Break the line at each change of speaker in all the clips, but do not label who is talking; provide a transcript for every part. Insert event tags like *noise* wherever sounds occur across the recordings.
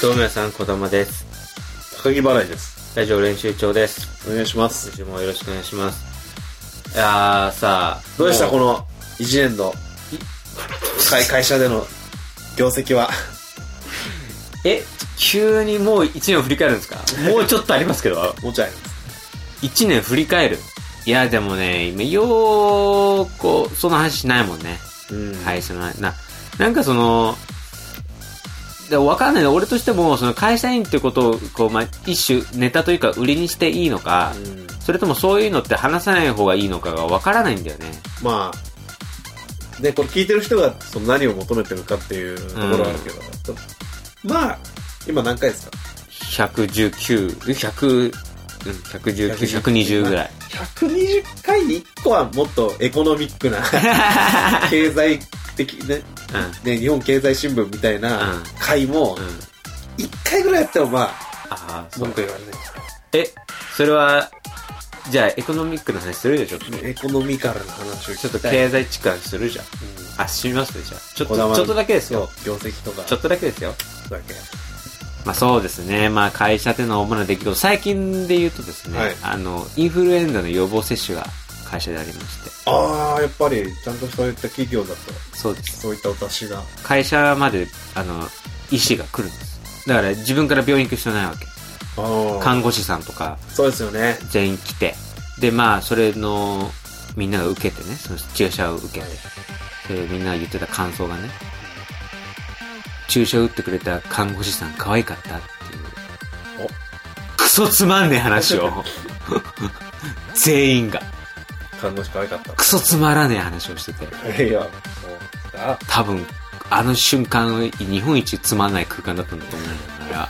堂村さん、小玉です。
高木払いです。
ラジオ練習長です。
お願いします
今。週もよろしくお願いします。いやーさあ、
どうでした
も
この1年度。会会社での業績は。
え、急にもう1年を振り返るんですかもうちょっとありますけど。
もうちょいあります。
1年振り返る。いや、でもね、今、よーこう、その話しないもんね。
うん。
会社の話、な、なんかその、でわかんないね俺としても、その会社員ってことを、こう、まあ、一種ネタというか売りにしていいのか、
うん
それともそういうのって話さない方がいいのかがわからないんだよね。
まあ、ね、これ聞いてる人がその何を求めてるかっていうところはあるけど、ちょっとまあ、今何回ですか
119、100、うん、119、120ぐらい。
?120 回に1個はもっとエコノミ
*laughs*
ックな、経済的ね、
うん。
ね、日本経済新聞みたい
うん
な回も
う、ん。
1回ぐらいやってもまあ、
ああ、そう
文。句言われない。
え、それは、じゃあエコノミックな話するでしょ
エコノミカルな話を
ちょ
聞
っと
きたい。
経済地区の話するじゃん。あ、しますね、じゃあ。ちょっと、
こだわる
ちょっとだけです
そう
よ。
業績とか。
ちょっとだけですよ。
とだけ。
まあそうですね。まあ会社での主な出来事、最近で言うとですね、
はい
あの、インフルエンザの予防接種が会社でありまして。
ああ、やっぱり、ちゃんとそういった企業だと、
そうです。
そういったお達しが。
会社まで、あの、医師が来るんです。だから自分から病院行く必要ないわけ。
あ
看護師さんとか
そうですよね。
全員来て。で、まあそれの、みんなが受けてね、その注射を受けて。で、みんなが言ってた感想がね、注射打ってくれた看護師さん可愛かったっていう。クソつまんねえ話を。全員が。
看護師可愛かっ
クソつまらねえ話をしてて。
た。いや、そうだ。
多分、あの瞬間、日本一つまんない空間だったんだと思うんだから。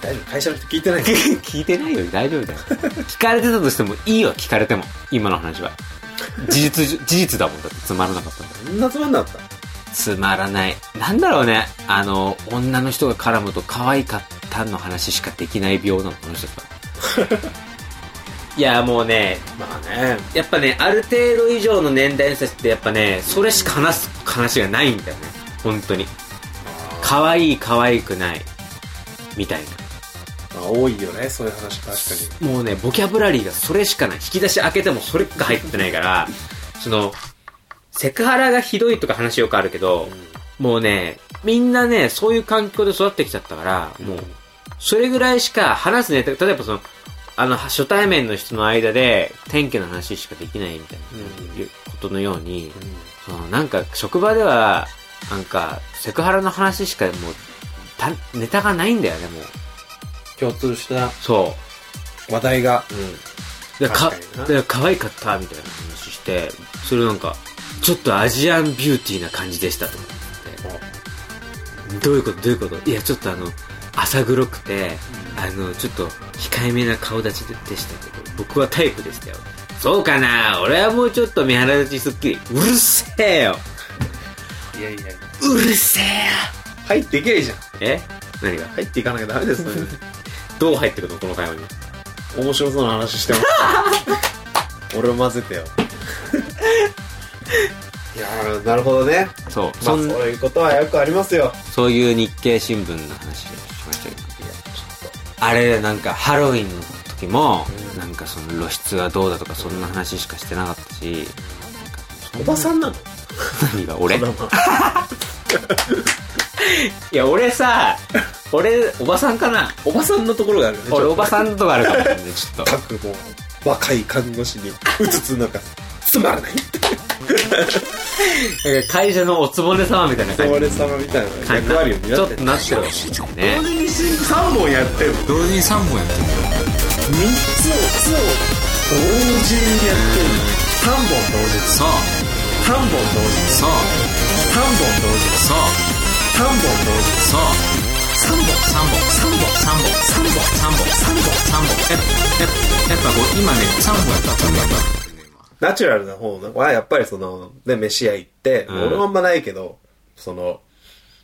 大丈夫、会社の *laughs* 人聞いてない
聞いてないよ、大丈夫だよ。聞かれてたとしても、いいよ、聞かれても。今の話は。事実じ、事実だもんだって、つまらなかったんだか
そんなつまんなかった。
らつまらない。なんだろうね。あの、女の人が絡むと可愛かったの話しかできない病なの、この人たちはいや、もうね、
まあね。
やっぱね、ある程度以上の年代の人たちってやっぱね、それしか話す話がないんだよね。本当に。可愛い可愛くない。みたい
まあ、多いよね、そういう話、確か
な。もうね、ボキャブラリーがそれしかない。引き出し開けてもそれが入ってないから、その、セクハラがひどいとか話よくあるけど、
に。
もうね、みんなね、そういう環境で育ってきちゃったから、もう、それぐらいしか話すね。例えばその、あの、初対面の人の間で、天気の話しかできないみたいな
うん
ことのように、そのなんか職場ではなんかセクハラの話しかもうたネタがないんだよねもう
共通した
そ
話題が。
う、うん、だから
確かに
か
な
だから可愛かったみたいな話してそれなんかちょっとアジアンビューティーな感じでしたとかってどういうことどういうこといやちょっとあの浅黒くて、あのちょっと控えめな顔立ちででしたけど僕はタイプでしたよそうかな俺はもうちょっと目鼻立ちすっきりうるせえよ
いやいや。
うるせえよ
入っていけばいいじゃん。
え何が
入っていかなきゃダメですよ *laughs* ね。
どう入ってくのこの会話に
面白そうな話して *laughs* ます。俺を混ぜてよ。いやー、なるほどね。
そう、
ま
そ
あ、そうんいうことはよくありますよ。
そういう日経新聞の話をしましたけどあれなんかハロウィンの時も、なんかその露出はどうだとかそんな話しかしてなかったし
おばさんなの
何が俺
子供
いや俺さ俺おばさんかな
おばさんのところがあるよね。
俺おばさんとかあるかもしれないちょっと
各もう若い看護師にうつつなんかつまらないって
なんか会社のおつぼね様みたいな感じ
俺様みたいな役割を
ち
担
ょ
っ
ってとなってるわね
同時に3本やってる3
同時に3本やってる
つを同時にやってる3本同時
そう
3本同時
そう
3本同時
そう
3本同時
そう3本3本3本3本3本3本3本やっぱやっぱこう今ね3本やった3本やった
ナチュラルな方はやっぱりそのね飯屋行って、
ん
俺もあんまないけどその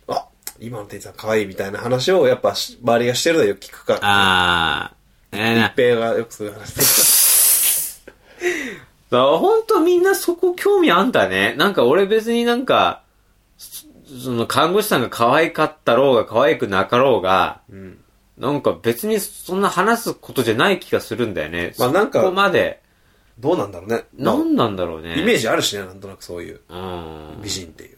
あ今の店員さん可愛いみたいな話をやっぱし周りがしてるのはよく聞くから
あーええな
一平がよくそういう話
*laughs*
し
だ
て
から本当みんなそこ興味あんだね。なんか俺別になんか、そその看護師さんが可愛かったろうが可愛くなかろうが、
うん。
なんか別にそんな話すことじゃない気がするんだよね。
まあなんか
そこまで、
どうなんだろうね。
なんなんだろうね。
イメージあるしね、なんとなくそういう
うん
美。人っていう。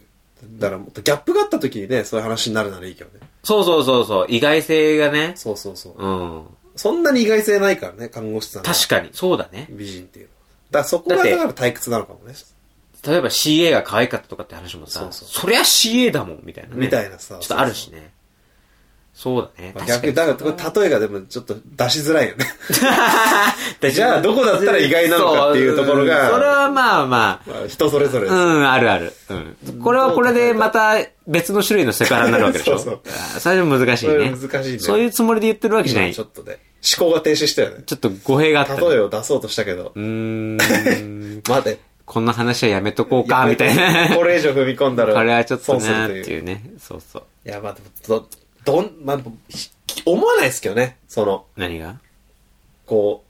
だからもっとギャップがあった時にね、そういう話になるならいいけどね。
そうそうそうそう、意外性がね。
そうそうそう。
うん。
そんなに意外性ないからね、看護師さんは
確かに、そうだね。
美人っていうのは。だからそこが
だって
だから退屈なのかもね。
例えば CA が可愛かったとかって話もさ、
そ
そう
そう
りゃ CA だもん、みたいなね。
みたいなさ
ちょっとあるしね。そうだね。
ま
確
あ
か
逆
に。
に、だからこれ例えがでもちょっと出しづらいよね。 *laughs*
だ
じゃあどこだったら意外なのかっていうところが
そうんそれはまあまあ、
まあ人それぞれ。
うん、あるある。うん。これはこれでまた別の種類のセクハラになるわけでしょ。
そうそう
あーそれは難しい
そ
ね。
れは難しいね
そういうつもりで言ってるわけじゃない。
ち
ちょ
ょっとね、思考が停止したよね。
っと語弊があった、
例えを出そうとしたけど
う、ーん。
待て。
こんな話はやめとこうか、みたいな。
これ以上踏み込んだら、
これはちょっと
損す
なっ
ると
て
いう。
い
いう
ね。そうそう。
や、まあ、でもど、どん、まあ、ひ思わないですけどね。その、
何が
こう、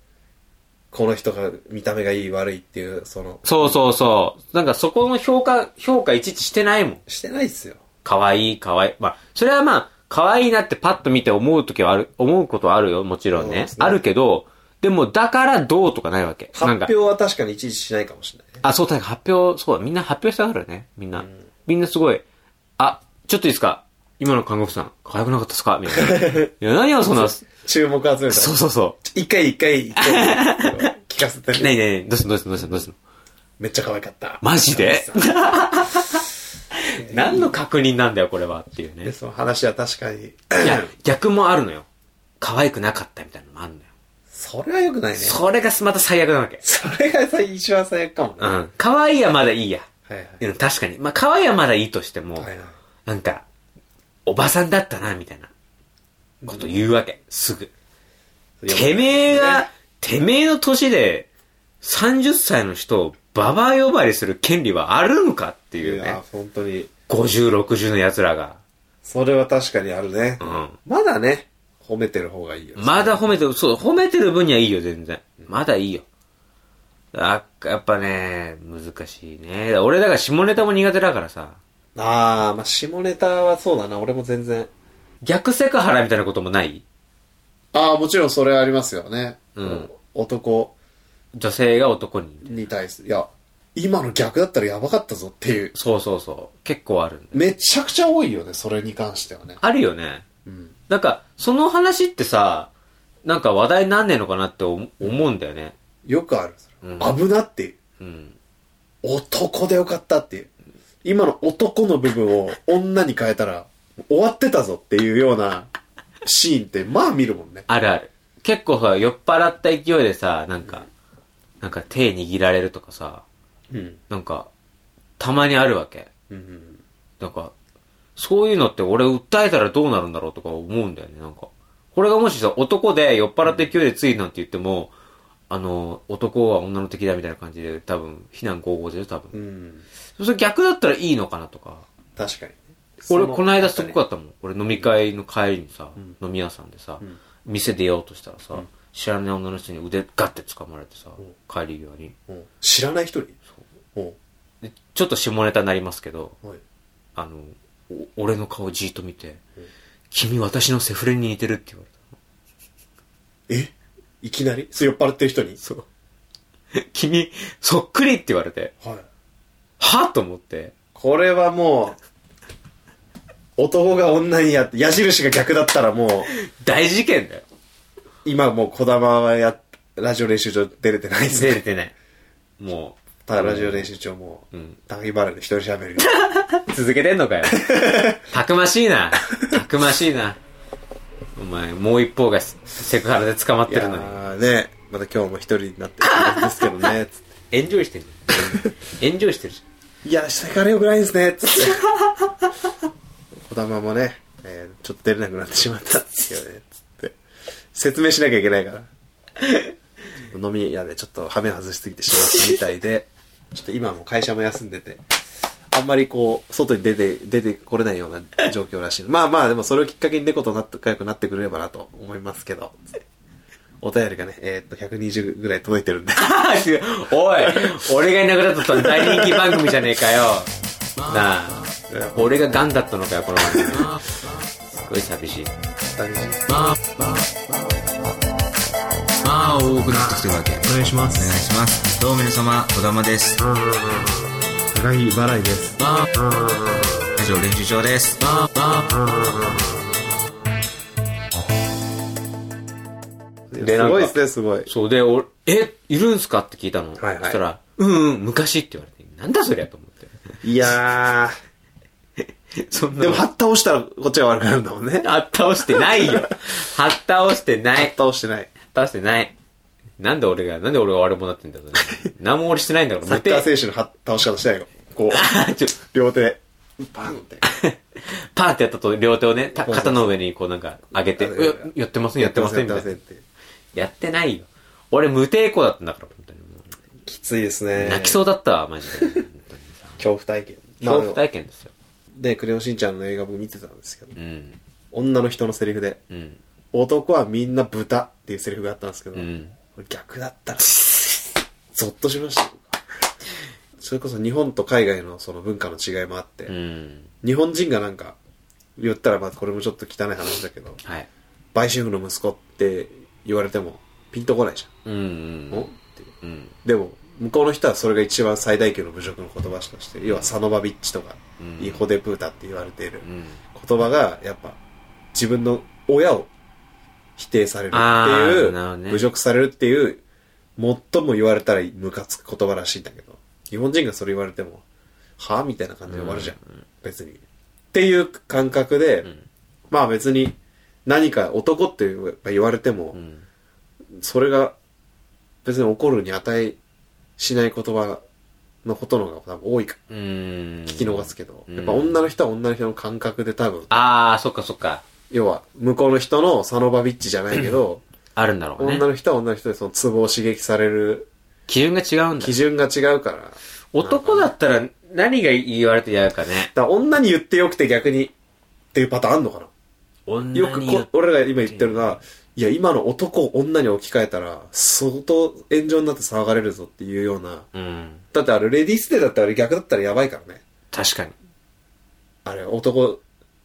この人が見た目がいい悪いっていう、その、
そうそうそう。なんかそこの評価、評価いちいちしてないもん。
してないっすよ。
可愛い可愛いまあ、それはまあ、可愛いなってパッと見て思うときはある、思うことはあるよ、もちろん
そう
ね
で。すね
あるけど、でも、だからどうとかないわけ。
発
なんか
表、は確かにいちいちしないかもしれないね。
あ、そうだ、発表、そうだ、みんな発表したがるね、みんな。みんなすごい、あ、ちょっといいですか今の看護婦さん、可愛くなかったですかみたいな。いや、何よ、そんな、 *laughs* そ
注目集めた
う
ら。
そうそ
一回一回、一回聞かせて
う。*laughs* ねえ
ね。
ねえねえ、どうすんのどうすんのどうすんのどうすんの
めっちゃ可愛かった。
マジで
可愛かっ
何の確認なんだよ、これは、っていう
たで
ね。
その話は確かに。
いや、逆もあるのよ。可愛くなかったみたいなのもあるのよ。
それは良くないね。
それがまた最悪なわけ。
それが最一番最悪かもね。
う
はい
ん。可愛いはまだいいや。
はい。
うん、確かに。まあ、可愛いはまだいいとしても、
はいはい
なんか、おばさんだったな、みたいな、こと言うわけ。すぐ。てめえが、てめえの年で、30歳の人をババア呼ばわりする権利はあるのかって
い
いうね
や。、本当に。
50、60の奴らが。
それは確かにあるね。
うん。
まだね、褒めてる方がいいよ。
まだ褒めてる、そう、褒めてる分にはいいよ、全然。まだいいよ。あ、やっぱね、難しいね。俺だから下ネタも苦手だからさ、
あー、まあ、下ネタはそうだな、俺も全然。
逆セクハラみたいなこともない
あー、もちろんそれはありますよね。
うん
男
女性が男に。
に対する。いや、今の逆だったらやばかったぞっていう。
そうそうそう。結構あるんだよ。
めちゃくちゃ多いよね、それに関してはね。
あるよね。
うん。
なんか、その話ってさ、なんか話題になんねえのかなって思思うんだよね。
よくある。
うん
危なっていう。
うん。
男でよかったっていう。今の男の部分を女に変えたら終わってたぞっていうようなシーンってまあ見るもんね。
あるある。結構さ、酔っ払った勢いでさ、なんか、なんか手握られるとかさ、
うん。
なんか、たまにあるわけ。
うん。
なんか、そういうのって俺訴えたらどうなるんだろうとか思うんだよね、なんか。これがもしさ、男で酔っ払って勢いでついなんて言っても、あの、男は女の敵だみたいな感じで、多分、非難合合でしょ、多
う
分。
ん。
それ逆だったらいいのかなとか。
確かにね。
俺、
そ
この間すごかったもん。俺飲み会の帰りにさ、飲み屋さんでさ、
ん
店出ようとしたらさ、知らない女の人に腕ガッて掴まれてさ、帰り際に。
うん知らない人にそ
でちょっと下ネタになりますけど、
う。はい。
あの、お俺の顔じーっと見て、君私のセフレに似てるって言われた。
えいきなりそう酔っ払ってる人に
そう。君、そっくりって言われて、
はい。
はと思って、
これはもう、男が女にやって、矢印が逆だったらもう、
大事件だよ。
今もう児玉はや、ラジオ練習場出れてないです
出
ね。
れてない。も
ただラジオ練習場もう、竹原で一人喋るよ。
う、続けてんのか *laughs* よ。たくましいな。たくましいな。お前、もう一方がセセクハラで捕まっ
い
て
や
るのに。
ーね、また今日も一人になってるんですけど *laughs* ね、つっ
エンジョイしてる。 *laughs* エンジョイしてるじ
ていや、下からよくないですね、つ *laughs* って。児玉もね、えーちょっと出れなくなってしまったんですけどね、つって。説明しなきゃいけないから。ちょっと飲み屋でちょっと羽目外しすぎてしまったみたいで、ちょっと今も会社も休んでて、あんまりこう、外に出て、出てこれないような状況らしい。まあまあ、でもそれをきっかけに猫と仲良くなってくれればなと思いますけど、お便りがね、えーっと、120ぐらい届いてるんで。
ゃん。おい、俺がいなくなったと大人気番組じゃねえかよ。なあ。俺がガンだったのかよ、この番組。すごい寂しい。
寂しい
まあ、まあ、まあ、多くなってきてるわけ。
お願いしま
お願い
す
します。どうも皆様、小玉です。
高木払いです
まあ、以上練習場です。まあ、まあ、
です
ごいですねすごい
そうで、俺、え、いるんすかって聞いたの。
はいはい
そしたら、うんうん、昔って言われて、なんだそりゃと思っ
いや
て。 *laughs* そん
ー
な。
でも、はっ倒したら、こっちが悪くなるんだもんね。
はっ倒してないよ。はっ倒してない。はっ
倒してない。
倒してない。なんで俺が、なんで俺が悪者になってんだ
*laughs*
ろうね。何も俺してないんだから、
サッカー
手
選手のはっ倒し方してないよ。こ
*laughs*
う、
あちょ
両手で、パンって。
パーってやったと両手をね、た
そうそう
肩の上にこうなんか上げて、
上げて
ややってません、やってません、み
や
た
って
いな
ませ
ん
やっ。てませんって。
やってないよ。俺無抵抗だったんだから、本当に。
きついですね。
泣きそうだったわ、マジ
*laughs*
で。
恐怖体験。
恐怖
まああの
体験ですよ。
で、クレヨンしんちゃんの映画僕見てたんですけど
う、ん。
女の人のセリフで、
うん。
男はみんな豚っていうセリフがあったんですけど、
うん
これ逆だったら、ゾッとしました。それこそ日本と海外のその文化の違いもあって、
うん。
日本人がなんか、言ったらまあこれもちょっと汚い話だけど、
はい。
売春婦の息子って言われてもピンとこないじ
うん
ゃん。
う
お
ん。
ってい
う
う
ん。
でも、向こうの人はそれが一番最大級の侮辱の言葉として、要はサノバビッチとか、
うん
イホデプータって言われている
うん。
言葉が、やっぱ自分の親を否定されるって
あーなるほど
いう、
ね
侮辱されるっていう、最も言われたらムカつく言葉らしいんだけど、日本人がそれ言われても、はぁみたいな感じで終わるじゃん。別に。っていう感覚で、
ん
まあ別に何か男って言われても、
うん。
それが別に怒るに値しない言葉のことの方が多分多いか
うん。聞
聞き逃すけど、
うん
やっぱ女の人は女の人の感覚で多分、
あー、そっかそっか。
要は向こうの人のサノバビッチじゃないけど、
あるんだろうね
女。の人は女の人でそのツボを刺激される
基準が違うんだ
基。準が違うから、だか
男だったら何が言われてやるかね。
ら女に言ってよくて逆にっていうパターンあんのかな
女
よく
によ
こ
って
俺らが今言ってるのは、いや今の男を女に置き換えたら相当炎上になって騒がれるぞっていうような、
うん。
だってあれレディースデーだったら逆だったらやばいからね。
確かに。
あれ、男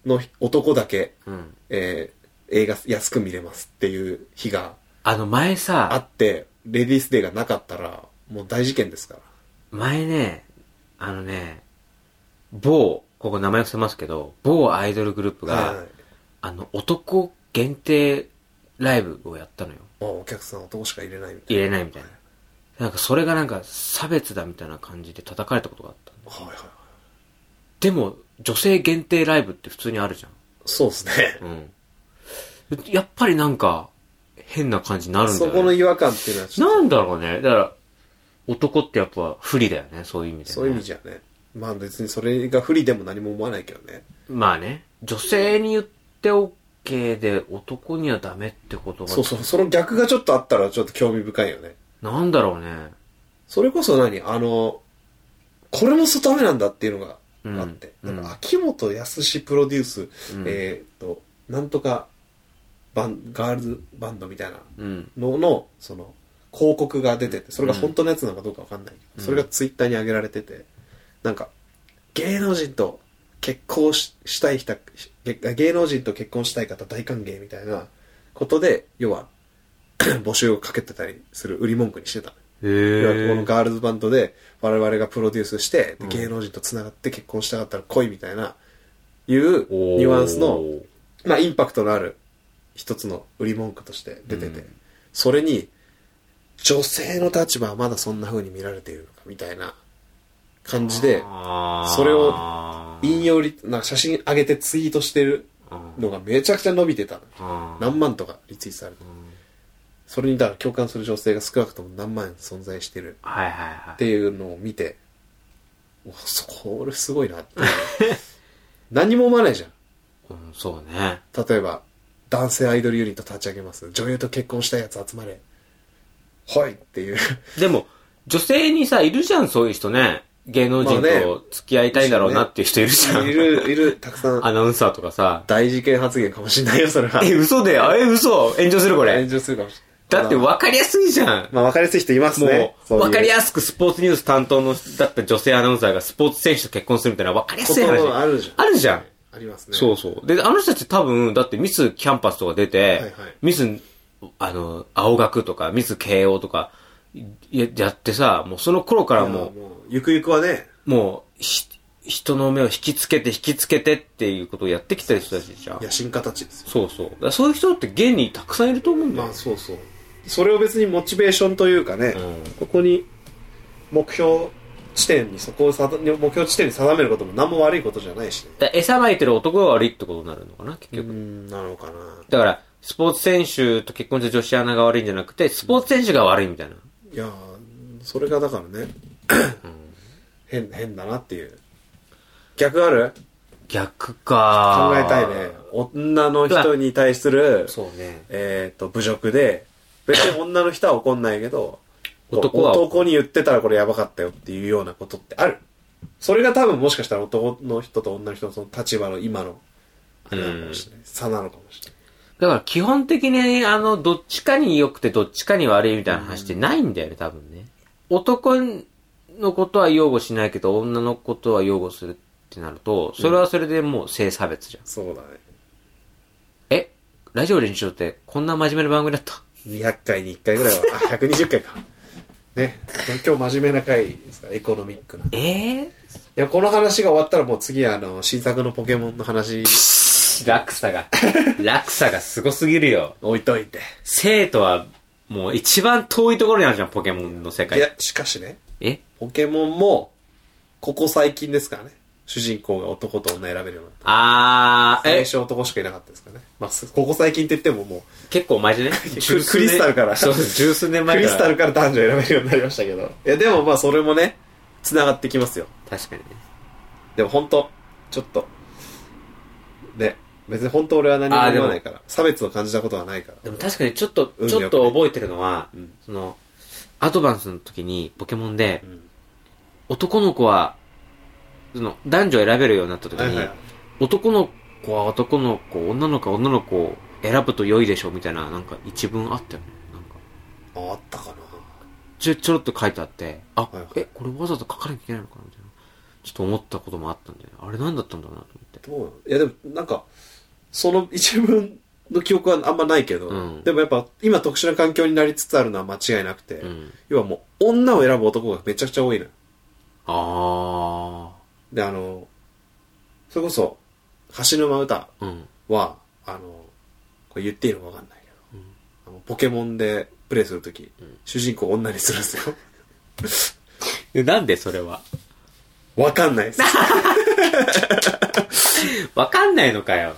の、男だけ、
うん。
えー映画安く見れますっていう日が
あの前
あ
さ、
って、レディースデーがなかったら、もう大事件ですから。
前ね、あのね、某、ここ名前伏せますけど、某アイドルグループ
は
が
い、。
あの、男限定ライブをやったのよ。
もうお客さん男しか入れないみたい
入
な。
れないみたいな。なんかそれがなんか差別だみたいな感じで叩かれたことがあった。
はいはいはい。
でも、女性限定ライブって普通にあるじゃ
そうですね。
ん。うん。やっぱりなんか、変な感じに *laughs* なるんだ
そ
よ
この
ね。
違和感っていうのはちょっ
なんだろうね。だから、男ってやっぱ不利だよね、そういう意味で、
と、
ね。
そういう意味じゃね。まあ別にそれが不利でも何も思わないけどね。
まあね、女性に言って OK で男にはダメってことが、
そうそう、その逆がちょっとあったらちょっと興味深いよね。
なんだろうね。
それこそ何あの、これも外メなんだっていうのがあって。
うん
なんか秋元康プロデュース、
うん
えーっと、なんとかバン、ガールズバンドみたいな
うん。
のの、その、広告が出てて、それが本当のやつなのかどうかわかんないけど、
うん
それがツイッターに上げられてて、なんか、芸能人と結婚ししたい人、し芸能人と結婚したい方大歓迎みたいなことで、要は、 *clears throat* 募集をかけてたりする売り文句にしてたのよ
へ
いわゆるこの
ー。
ガールズバンドで我々がプロデュースして、で芸能人と繋がって結婚したかったら来いみたいな、いうニュアンスの、
おー
まあインパクトのある一つの売り文句として出てて、
うん
それに、女性の立場はまだそんな風に見られているのかみたいな感じで、
あー
それを引用リ、なんか写真上げてツイートしてるのがめちゃくちゃ伸びてたの。
あー
何万とかリツイートされてる。それにだから共感する女性が少なくとも何万存在してる。
はいはいは
っ
い。
ていうのを見て、うわそこれすごいな
*laughs*
って。何も思わないじゃん。
うん、そうね。
例えば、男性アイドルユニット立ち上げます。女優と結婚したいやつ集まれ。ほいっていう。
でも、女性にさ、いるじゃん、そういう人ね。芸能人
まあね
と付き合いたいんだろうなっていう人いるじゃん。
いる、いる、たくさん。
アナウンサーとかさ。
大事件発言かもしれないよ、それは。
え、嘘だよ。え、嘘炎上するこ
炎
れ。
上するかもしれない。
だって分かりやすいじゃん。
まあ、わかりやすい人いますね
も。う、
そういう
分かりやすくスポーツニュース担当のだった女性アナウンサーがスポーツ選手と結婚するみたいな分かりやすい
こ
話。
とあるじゃん
あるじゃん。
ありますね。
そうそう。で、あの人たち多分、だってミスキャンパスとか出て、
はい
ミス、あの、青学とか、ミス慶応とか、ややってさ、もうその頃から
も
も
う、もう、ゆくゆくはね、
う、もう、ひ人の目を引きつけて、引きつけてっていうことをやってきた人たちじゃん
野。心家たちですよ。
そうそう。だからそういう人って現にたくさんいると思うんだよ。
まあ、そうそう。それを別にモチベーションというかね、ここに目標地点に、そこをさだ目標地点に定めることも何も悪いことじゃないしね。
だから餌まいてる男が悪いってことになるのかな、結
う
局。
ん、なのかな。
だから、スポーツ選手と結婚した女子アナが悪いんじゃなくて、スポーツ選手が悪いみたいな。
いやーそれがだからね、変、変だなっていう。逆ある
逆
考
か。
えたいね。女の人に対する、
そうね。
えっ、と、侮辱で、別に女の人は怒んないけど、
男は
男に言ってたらこれやばかったよっていうようなことってある。それが多分もしかしたら男の人と女の人のその立場の今の、あれなのかもしれない。差なのかもしれない。
だから基本的に、あの、どっちかに良くてどっちかに悪いみたいな話ってないんだよね、多分ね。男のことは擁護しないけど、女のことは擁護するってなると、それはそれでもう性差別じゃん。
そうだ
えラジオ練習場ってこんな真面目な番組だった
ね。200回に1回ぐらいは、あ、120回か。ね。今日真面目な回ですから、エコノミックな。い
ええ
や、この話が終わったらもう次はあの、新作のポケモンの話
落差が、落差がすごすぎるよ。
置いといて。
生とは、もう一番遠いところにあるじゃん、ポケモンの世
いや
界。、
しかしね。
え
ポケモンも、ここ最近ですからね。主人公が男と女選べるようになった。
あー、
最
え、
初男しかいなかったですからね。まあ、すここ最近って言ってもも
結構前じゃね
う、 *laughs* ククリスタルから、
そう、十数年前
ク
か
リ
ら。
スタルから男女選べるようになりましたけど。いや、でもまあそれもね、繋がってきますよ。
確かにね。
でも本当ちょっと、ね、別に本当俺は何も
あーで
言
も
わないから、差別を感じたことはないから。
でも確かにちょっと
運、
ち
よく
ょっと覚えてるのは、
うん
その、アドバンスの時にポケモンで、
ん
男の子は、その、男女選べるようになった時
はい
に、
はい。
男の子は男の子、女の子は女の子を選ぶと良いでしょうみたいな、なんか一文あったよね。なんか、
ああったかな
ちょ、ちょろっと書いてあって、あ、
はいはい
え、これわざわざ書かなきゃいけないのかなみたいな。ちょっと思ったこともあったんで、あれ何だったんだろうなと思って。
どうなのいやでもなんかその一文の記憶はあんまないけど、
うん
でもやっぱ今特殊な環境になりつつあるのは間違いなくて、
うん。
要はもう女を選ぶ男がめちゃくちゃ多いのよ
あ
であのそれこそ橋沼歌
ー。うん。
はあのこれ言っていいのか分かんないけど、あのポケモンでプレイするとき、主人公を女にするんですよ
でなんでそれは
分かんない
*laughs*
です
わかんないのかよ。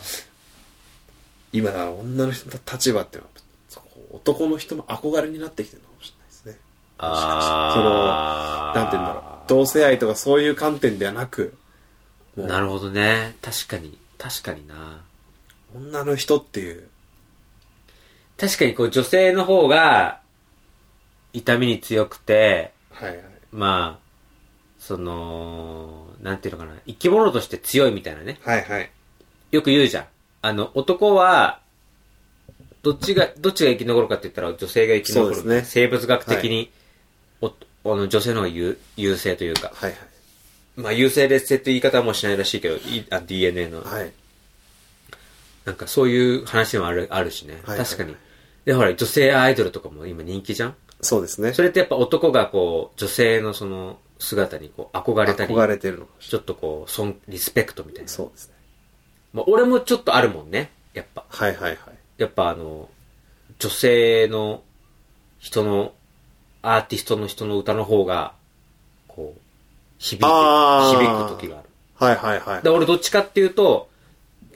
今だから女の人の立場っていうのはそこ男の人の憧れになってきてるのかもしれないですね
あー
なんて言うんだろう。同性愛とかそういう観点ではなく、もう
なるほどね。確かに。確かにな。
女の人っていう。
確かにこう女性の方が、痛みに強くて、
はいはい。
まあ、その、なんていうのかな。生き物として強いみたいなね。
はいはい。
よく言うじゃん。あの、男は、どっちが、どっちが生き残るかって言ったら女性が生き残る。
そうですね
生物学的に、おあの女性の方が優優勢というか。
はい
まあ優勢劣勢って言い方はもうしないらしいけど、いあ DNA の。
はい。はい。
なんかそういう話もあるあるしね、
はい
確かに。で、ほら、女性アイドルとかも今人気じゃん
そうですね。
それってやっぱ男がこう、女性のその姿にこう、憧れたり、
憧れてるのかもし
ちょっとこう、尊、リスペクトみたい
れない。
な。
そうですね。
まあ、俺もちょっとあるもんね、やっぱ。
はいはいはい。
やっぱあの、女性の人の、アーティストの人の歌の方が、こう、響く、
あー
響く時がある。
はいはいはい
で、。俺どっちかっていうと、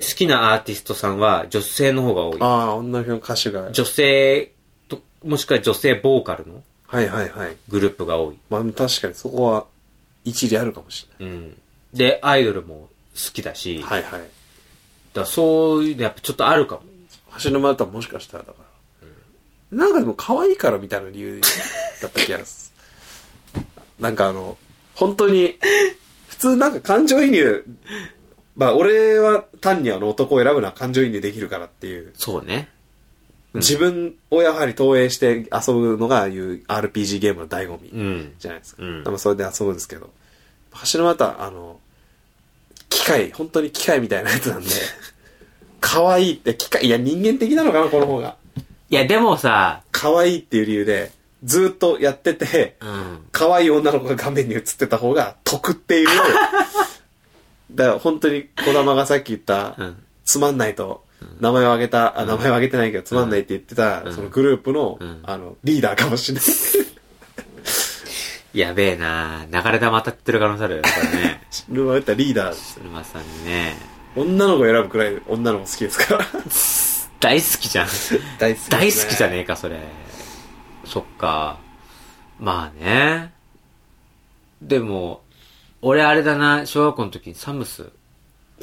好きなアーティストさんは女性の方が多い
あ。あ、女の人の歌手が。はい
女性と、もしくは女性ボーカルの
はいはい。
グループが多い。
まあ確かにそこは一理あるかもしれ
うん。で、アイドルも好きだし、
ない。はいはい。
だからそういうのやっぱちょっとあるかも。
橋沼歌はもしかしたらだから。なんかでも可愛いからみたいな理由だった気がする。 *laughs* なんかあの、本当に、普通なんか感情移入、まあ俺は単にあの男を選ぶのは感情移入できるからっていう
そうね。
自分をやはり投影して遊ぶのが、ああいう RPG ゲームの醍醐味。
うん。
じゃないですか。
うん
まあそれで遊ぶんですけど。橋の股、あの、機械、本当に機械みたいなやつ
*laughs*
なんで、可愛いって、機械、いや人間的なのかな、この方が。
いや、でもさ、
可愛いっていう理由で、ずっとやってて、
うん。
可愛い女の子が画面に映ってた方が得って
*laughs*
いう。だから本当に児玉がさっき言った、
うん
つまんないと、名前を挙げた、あ、名前を挙げてないけど、つまんないって言ってた、そのグループの、
ん
あの、リーダーかもしれ
*laughs*
ない。
やべえな流れ玉当たってる可能性あるよね、これね。
ルーマ打ったリーダーです。
それまさにね。
女の子選ぶくらい女の子好きですから
大好きじ
*laughs*
ゃん。
大好き、
*laughs* 大好きじゃねえか、それ。そっか。まあね。でも、俺あれだな、小学校の時にサムス。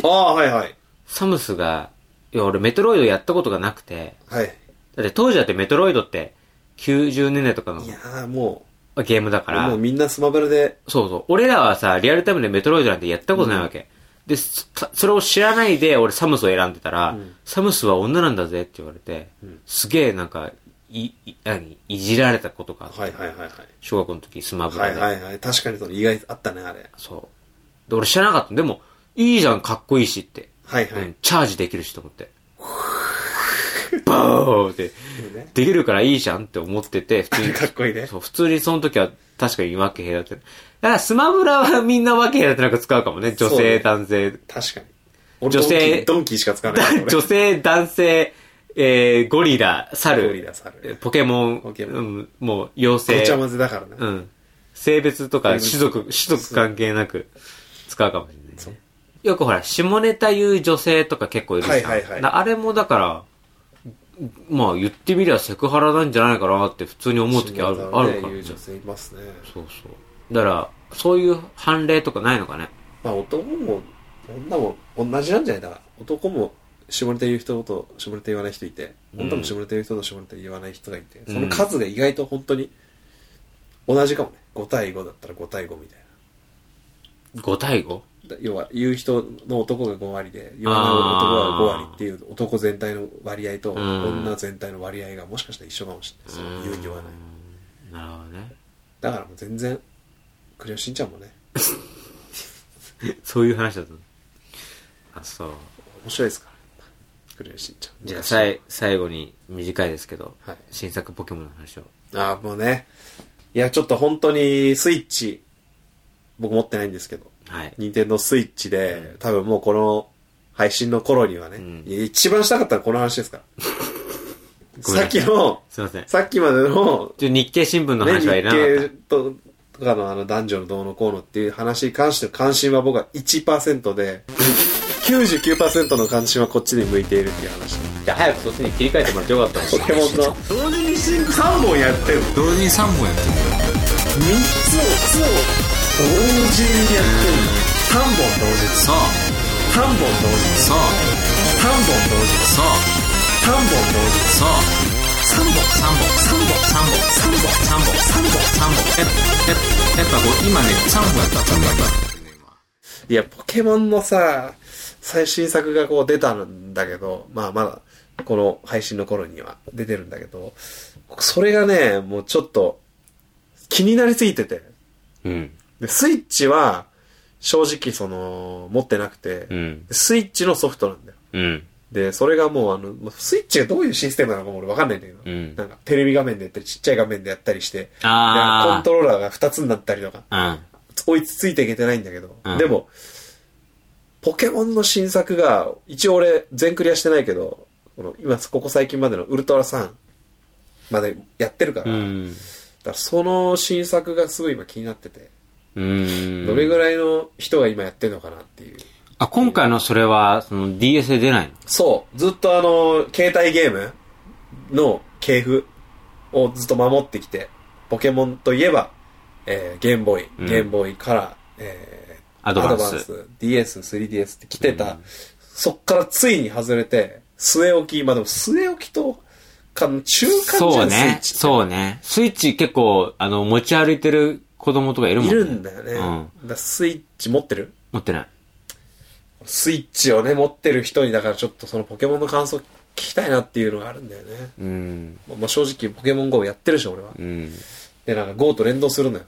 ああはいはい
サムスが、いや、俺メトロイドやったことがなくて、
はい
だって当時だってメトロイドって90年代とかの
いやーも
ゲームだ
う
から
もう、みんなスマブラで
そうそう。俺らはさ、リアルタイムでメトロイドなんてやったことないわけ。で、そそれを知らないで俺サムスを選んでたら、サムスは女なんだぜって言われて、すげえなんか、い、い、何いじられたことがあって
はいはいはいはい
小学校の時スマブ
は
ラ
い
で。
はいはい確かにその意外あったねあれ
そう。で、俺知らなかった。でも、いいじゃん、かっこいいしって。
はいはい
うんチャージできるしと思って。バーンって。できるからいいじゃんって思ってて、普通に。
*laughs* かっこいいね
そう、普通にその時は確かに分け隔てる。だからスマブラはみんな分け隔てなく使うかもね。女
そう
性、
ね
男性。
確かに
女
俺ドンキ
性
ードンキーしか使わないから
*laughs*
俺
女性、男性、えー、ゴリラ、猿。
ゴリラ猿
ポケモン、
ポケモン
うん、もう、妖
ご
精。
ちゃ混ぜだからね、
うん。性別とか種族、種族関係なく使うかもしれない、
そう
ね。よくほら、下ネタ言う女性とか結構いるじゃん。
はいはいはい
なあれもだから、まあ言ってみりゃセクハラなんじゃないかなって普通に思う時ある,、
下ネタ
あ
をね
るから、
言
ね。
う
そう
女性いますね
そう。だから、そういう判例とかないのかね。
まあ男も女も同じなんじゃないだから男も下ネタ言う人と下ネタ言わない人いて、
ん
女も下ネタ言う人と下ネタ言わない人がいてその数が意外と本当に同じかもね5対5だったら5対5みたいな
5対 5?
だ要は言う人の男が5割で言わない男が5割っていう男全体の割合と
ん
女全体の割合がもしかしたら一緒かもしれない、そう言う言わない
なるほどね。
だからもう全然クレヨンしんちゃんもね
そういう話だったの。あ、そう。
面白いですからクレヨンしんちゃん
じゃあ、さい最後に短いですけど、
はい
新作ポケモンの話を。
ああ、もうね。いや、ちょっと本当にスイッチ、僕持ってないんですけど、
はい。
任天堂スイッチで、多分もうこの配信の頃にはね、
ん
いや一番したかったのはこの話ですから。
*laughs* ごめん
さっ
なさ
き
い
の、
すいません。
さっきまでの、
ちょ日経新聞の
ね、
話
日
はいらなかった
経。ととかのあの男女のどうのこうのっていう話に関しての関心は僕は1%で、99%の関心はこっちに向いているっていう話。
じゃあ早くそっちに切り替えてもらってよかった
ポケモンの。同時に3本やってる
同時に3本やってる
3つを、つを同時にやってる3本同時
そう
3本同時
そう
3本同時
そう
3本同時
そう3本3本3本3本3本3本3本3本やっやっやっぱこう今ね3本やった3本やった
いやポケモンのさ最新作がこう出たんだけどまあまだこの配信の頃には出てるんだけどそれがねもうちょっと気になりすぎてて
うん。
でスイッチは正直その持ってなくて、
うん。
スイッチのソフトなんだよ
うん。
で、それがもうあの、もうスイッチがどういうシステムなのかも俺わかんないんだけど、
うん
なんかテレビ画面でやったりちっちゃい画面でやったりして、
あー
でコントローラーが2つになったりとか、
うん。
追いついていけてないんだけど、
うん
でも、ポケモンの新作が、一応俺全クリアしてないけど、この今、ここ最近までのウルトラ3までやってるから、だ
ん。
からその新作がすごい今気になってて、
うん。
どれぐらいの人が今やってるのかなっていう。
あ、今回のそれは、その DS で出ないの
そう、ずっとあの、携帯ゲームの系譜をずっと守ってきて、ポケモンといえば、えーゲームボーイ、
うん
ゲームボーイカラー、えー
アドバンス
DS、3DS って来てた、そっからついに外れて、据え置き、まあでも据え置きと、か中間じ
そ
ゃ、
うん
スイ
ね
ッ。チって
そうね。スイッチ結構、あの、持ち歩いてる子供とかいるもん
い
ね。
るんだよ
うん。
ね。だからスイッチ持ってる
持ってない。
スイッチをね、持ってる人に、だからちょっとそのポケモンの感想聞きたいなっていうのがあるんだよね。
うん。
まあ、正直ポケモン GO やってるでしょ、俺は。
うん。
で、なんか GO と連動するのよ。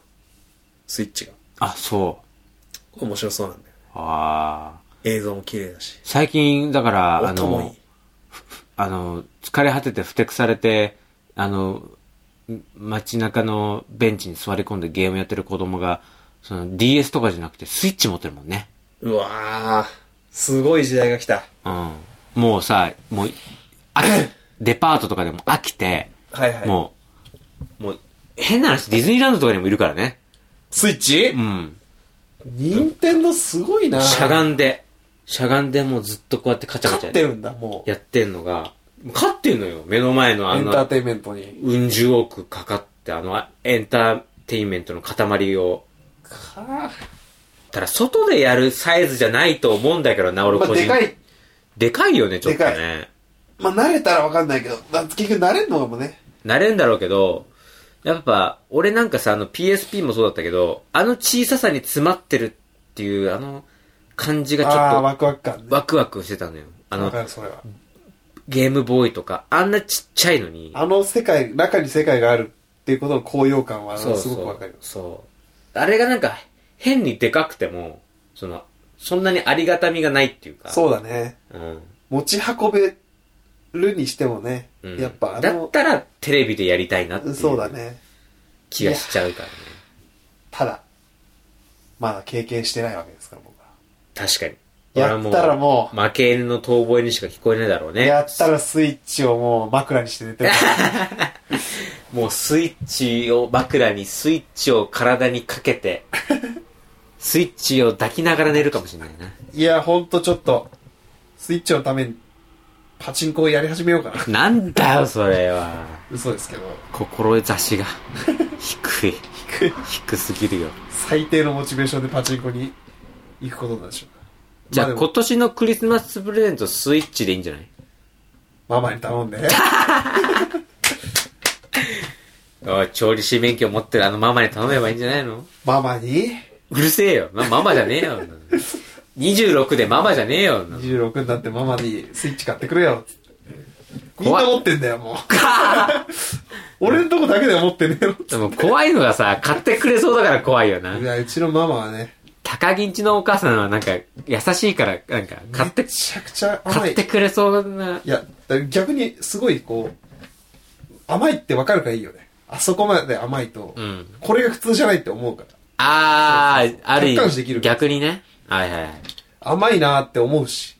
スイッチが。
あ、そう。
面白そうなんだよ。
ああ。
映像も綺麗だし。
最近、だから、あ
音もい
の
い、。
あの、疲れ果ててふてくされて、あの、ん街中のベンチに座り込んでゲームやってる子供が、その DS とかじゃなくてスイッチ持ってるもんね。
うわー、すごい時代が来た。
うん。もうさ、もう、
*coughs*
飽きデパートとかでも飽きて、
はいはい。
もう、もう、変な話、ディズニーランドとかにもいるからね。
スイッチ
うん。
任天堂すごいな
しゃがんで、しゃがんでもうずっとこうやってカチャカチ
勝って
ャ
るんだ、もう。
やってんのが、勝ってんのよ。目の前のあ
エンター
の、
テインメントに。
うん十億かかって、あの、あエンターテインメントの塊を。
か
ただ、外でやるサイズじゃないと思うんだけどな、俺
まあ、
個人。
でか。い。
でかいよね、ちょっと
で
ね。
まあ、慣れたらわかんないけど、だ結局慣れんのかもね。
なれんだろうけど、やっぱ、俺なんかさ、あの PSP もそうだったけど、あの小ささに詰まってるっていう、あの、感じがちょっ
ああー、
と、
ワクワク感ね。
ワクワクしてたのよ。あ
わ
の
か、る、それは。
ゲームボーイとか、あんなちっちゃいのに。
あの世界、中に世界があるっていうことの高揚感は、あ
そ
の
う
すごく
そ
わか
う
る。。
そう。あれがなんか、変にでかくても、その、そんなにありがたみがないっていうか。
そうだね。
うん。
持ち運べるにしてもね、
うん。
やっぱあ
だっ
の、
たら、テレビでやりたいなっていう
そうだね。
気がしちゃうからね。
ただ、まだ経験してないわけですから、僕は。
確かに。
やったらもう
負け犬の遠吠えにしか聞こえないだろうね。
やったらスイッチをもう枕にして寝
*laughs*
てる。
もうスイッチを枕にスイッチを体にかけて、スイッチを抱きながら寝るかもしれないな。
いや、ほんとちょっと、スイッチのために、パチンコをやり始めようか
な
な。
んだよ、それは。
嘘ですけど、
志が低い。低い。低すぎるよ。
最低のモチベーションでパチンコに行くことなんでしょうか。
じゃ
ま
あ
でも
今年のクリスマスプレゼントスイッチでいいんじゃない
ママに頼んで。
おい、調理師免許持ってるあのママに頼めばいいんじゃないの
ママに、
うるせえよ。ま、ママじゃねえよ。26でママじゃねえよ。
26になってママにスイッチ買ってくれよ。みん
怖い
な持ってんだよ、もう。俺んとこだけでは持ってねえよ。。
でも怖いのがさ、買ってくれそうだから怖いよない
や、うちのママはね、
高木んちのお母さんはなんか優しいから、なんか買って
め、ちゃくちゃ甘
買
い
っ。てくれそうな。
いや、だから逆にすごいこう、甘いってわかるからいいよね。あそこまで甘いと、
うん。
これが普通じゃないって思うから。
あー、ある意
客観視でき
味、
る
逆にね。はいはいはい。
甘いなーって思うし、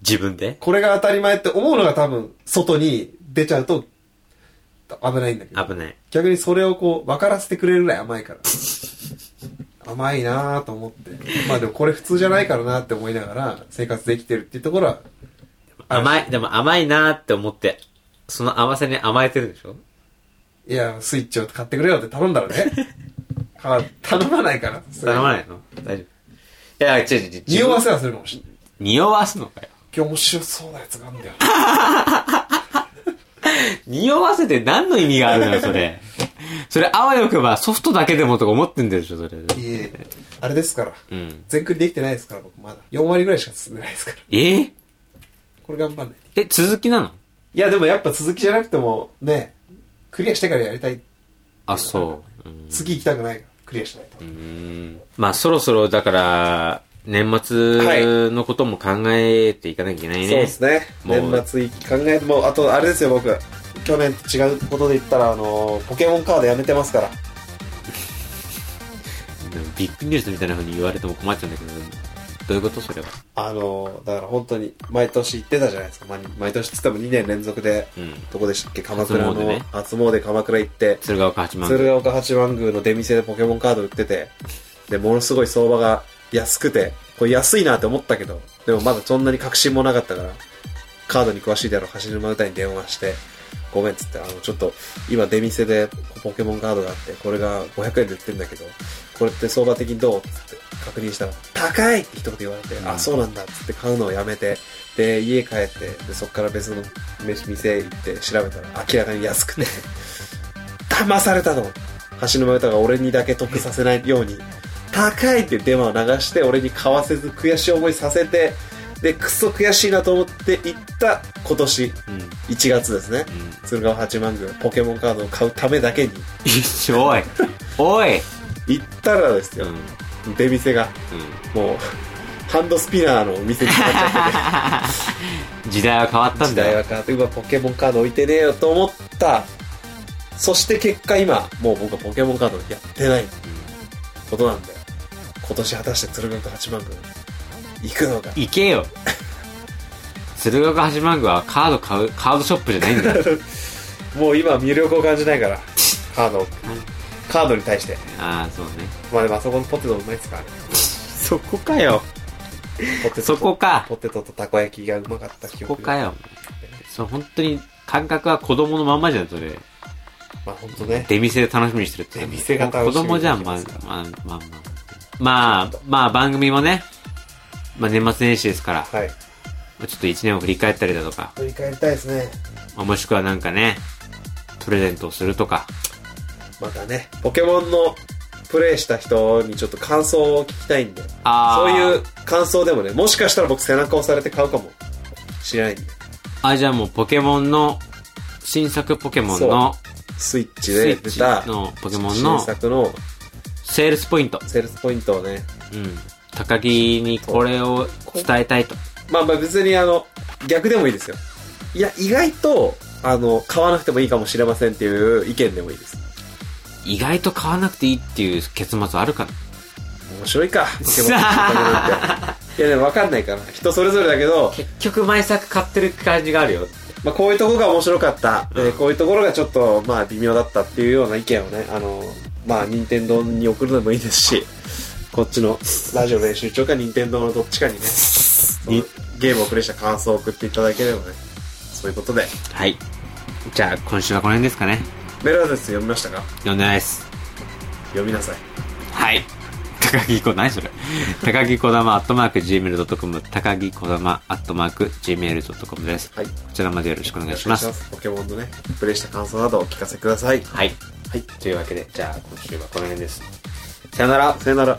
自分で
これが当たり前って思うのが多分、外に出ちゃうと、危ないんだけど。
危ない。
逆にそれをこう、分からせてくれるぐらい甘い *laughs* から。甘いなーと思って。まあでもこれ普通じゃないからなって思いながら、生活できてるっていうところは、
甘い、でも甘いなーって思って、その甘さに甘えてるでしょ
いや、スイッチを買ってくれよって頼んだら *laughs* ね。か頼まないから。
頼まないの大丈夫。いや、違う違う違う。
匂わせはするかもしれない。
匂わすのかよ。
今日面白そうなやつがあるんだよ。
匂わせて何の意味があるのよ、それ。 *laughs* それ、あわよくばソフトだけでもとか思ってんでしょ、それ。
いえいえ、あれですから。
うん。
全クリできてないですから、僕まだ。4割ぐらいしか進んでないですから。
えー
これ頑張んない。
え、続きなの
いや、でもやっぱ続きじゃなくても、ね、クリアしてからやりたい。
あ、そう。うん
次行きたくないから、クリアしないと。
まあそろそろだから、年末のことも考えていかなきゃいけないね。
そうですね。
もう
年末考えても、あとあれですよ、僕。去年と違うことで言ったら、あのーポケモンカードやめてますから。
でもビッグニュースみたいな風に言われても困っちゃうんだけど、どういうことそれは。
あのーだから本当に、毎年行ってたじゃないですか。まあ毎年っつっても2年連続で、
うん。
どこでしたっけ鎌倉の、
初詣ね
初詣鎌倉行って、
鶴岡八幡宮。
鶴岡八幡宮の出店でポケモンカード売ってて、で、ものすごい相場が安くて、これ安いなって思ったけど、でもまだそんなに確信もなかったから、カードに詳しいだろう、走る馬歌に電話して、ごめんっつって、あの、ちょっと、今出店でポケモンカードがあって、これが500円で売ってんだけど、これって相場的にどうっつって確認したら、高いって一言言われて、あ、そうなんだっつって買うのをやめて、で、家帰って、で、そっから別の飯店行って調べたら、明らかに安くて、 *laughs* 騙されたの橋沼歌が俺にだけ得させないように高いっていうデマを流して俺に買わせず悔しい思いさせてで、くっそ悔しいなと思って行った今年、
うん。
1月ですね。鶴岡八幡宮のポケモンカードを買うためだけに
一緒、お
*laughs*
い。おい。
行ったらです
うん。
よ
う、ん。
出店がもう、ハンドスピナーのお店になっちゃってて。
時代は変わったん
*laughs* 時代
だ
は
よ。
変わってうわポケモンカード置いてねえよと思ったそして結果今もう僕はポケモンカードやってないっていうことなんだよ今年果たして鶴岡八幡宮行くのか
行けよ。鶴岡八幡宮はカード買う、カードショップじゃないんだ
*laughs*
よ。
もう今魅力を感じない *laughs* からカードカードに対して
ああ、そうね。
まあでもあそこのポテトうまいっすからね
そこかよ。
ポテトと
そこか
ポテトとたこ焼きがうまかった記
そ
憶
こかよ。そう、本当に感覚は子供のまんまじゃん、それ。
まあ本当ね
出店で楽しみにしてるって。
出店が楽しみ
子
に
供じゃん、まあ、まあ、まあ、まあ。まあ、まあ、番組もね、まあ年末年始ですから、
はい
ちょっと一年を振り返ったりだとか、
振り返りたいですね
まあもしくはなんかね、プレゼントをするとか、
またねポケモンのプレイした人にちょっと感想を聞きたいんで
あ
そう
ー
いう感想でもね、もしかしたら僕背中押されて買うかもしれないんで。
あ、じゃあもうポケモンの、新作ポケモンの、
スイッ
ス
チ
イ
で
ッ
出
チ
た
のポケモン
新
の
作の
セールスポイント。
セールスポイントをね、
うん。高木にこれを伝えたいと。
まあまあ別にあの、逆でもいいですよ。いや、意外と、あの、買わなくてもいいかもしれませんっていう意見でもいいです。
意外と買わなくていいっていう結末あるかな
面白いか、ポケモンのポケモン
*laughs*
って。いやでも分かんないから、人それぞれだけど、
結局毎作買ってる感じがあるよ。
まあこういうところが面白かった、でこういうところがちょっと、まあ微妙だったっていうような意見をね、あの、まあ任天堂に送るのもいいですし、こっちのラジオ練習長か任天堂のどっちかにね、にゲームをプレイした感想を送っていただければね、そういうことで。
はい。じゃあ今週はこの辺ですかね。
メールアドレス読みましたか
読んでないです。
読みなさい。
はい。高木こ、何それ高木こだま、アットマーク、gmail.com、高木こだま、アットマーク、gmail.com です。
はい。
こちらまでよろしくお願いします。
ポケモンのね、プレイした感想などをお聞かせください。
はい。はい。というわけで、じゃあ今週はこの辺です。さよなら。
さよなら。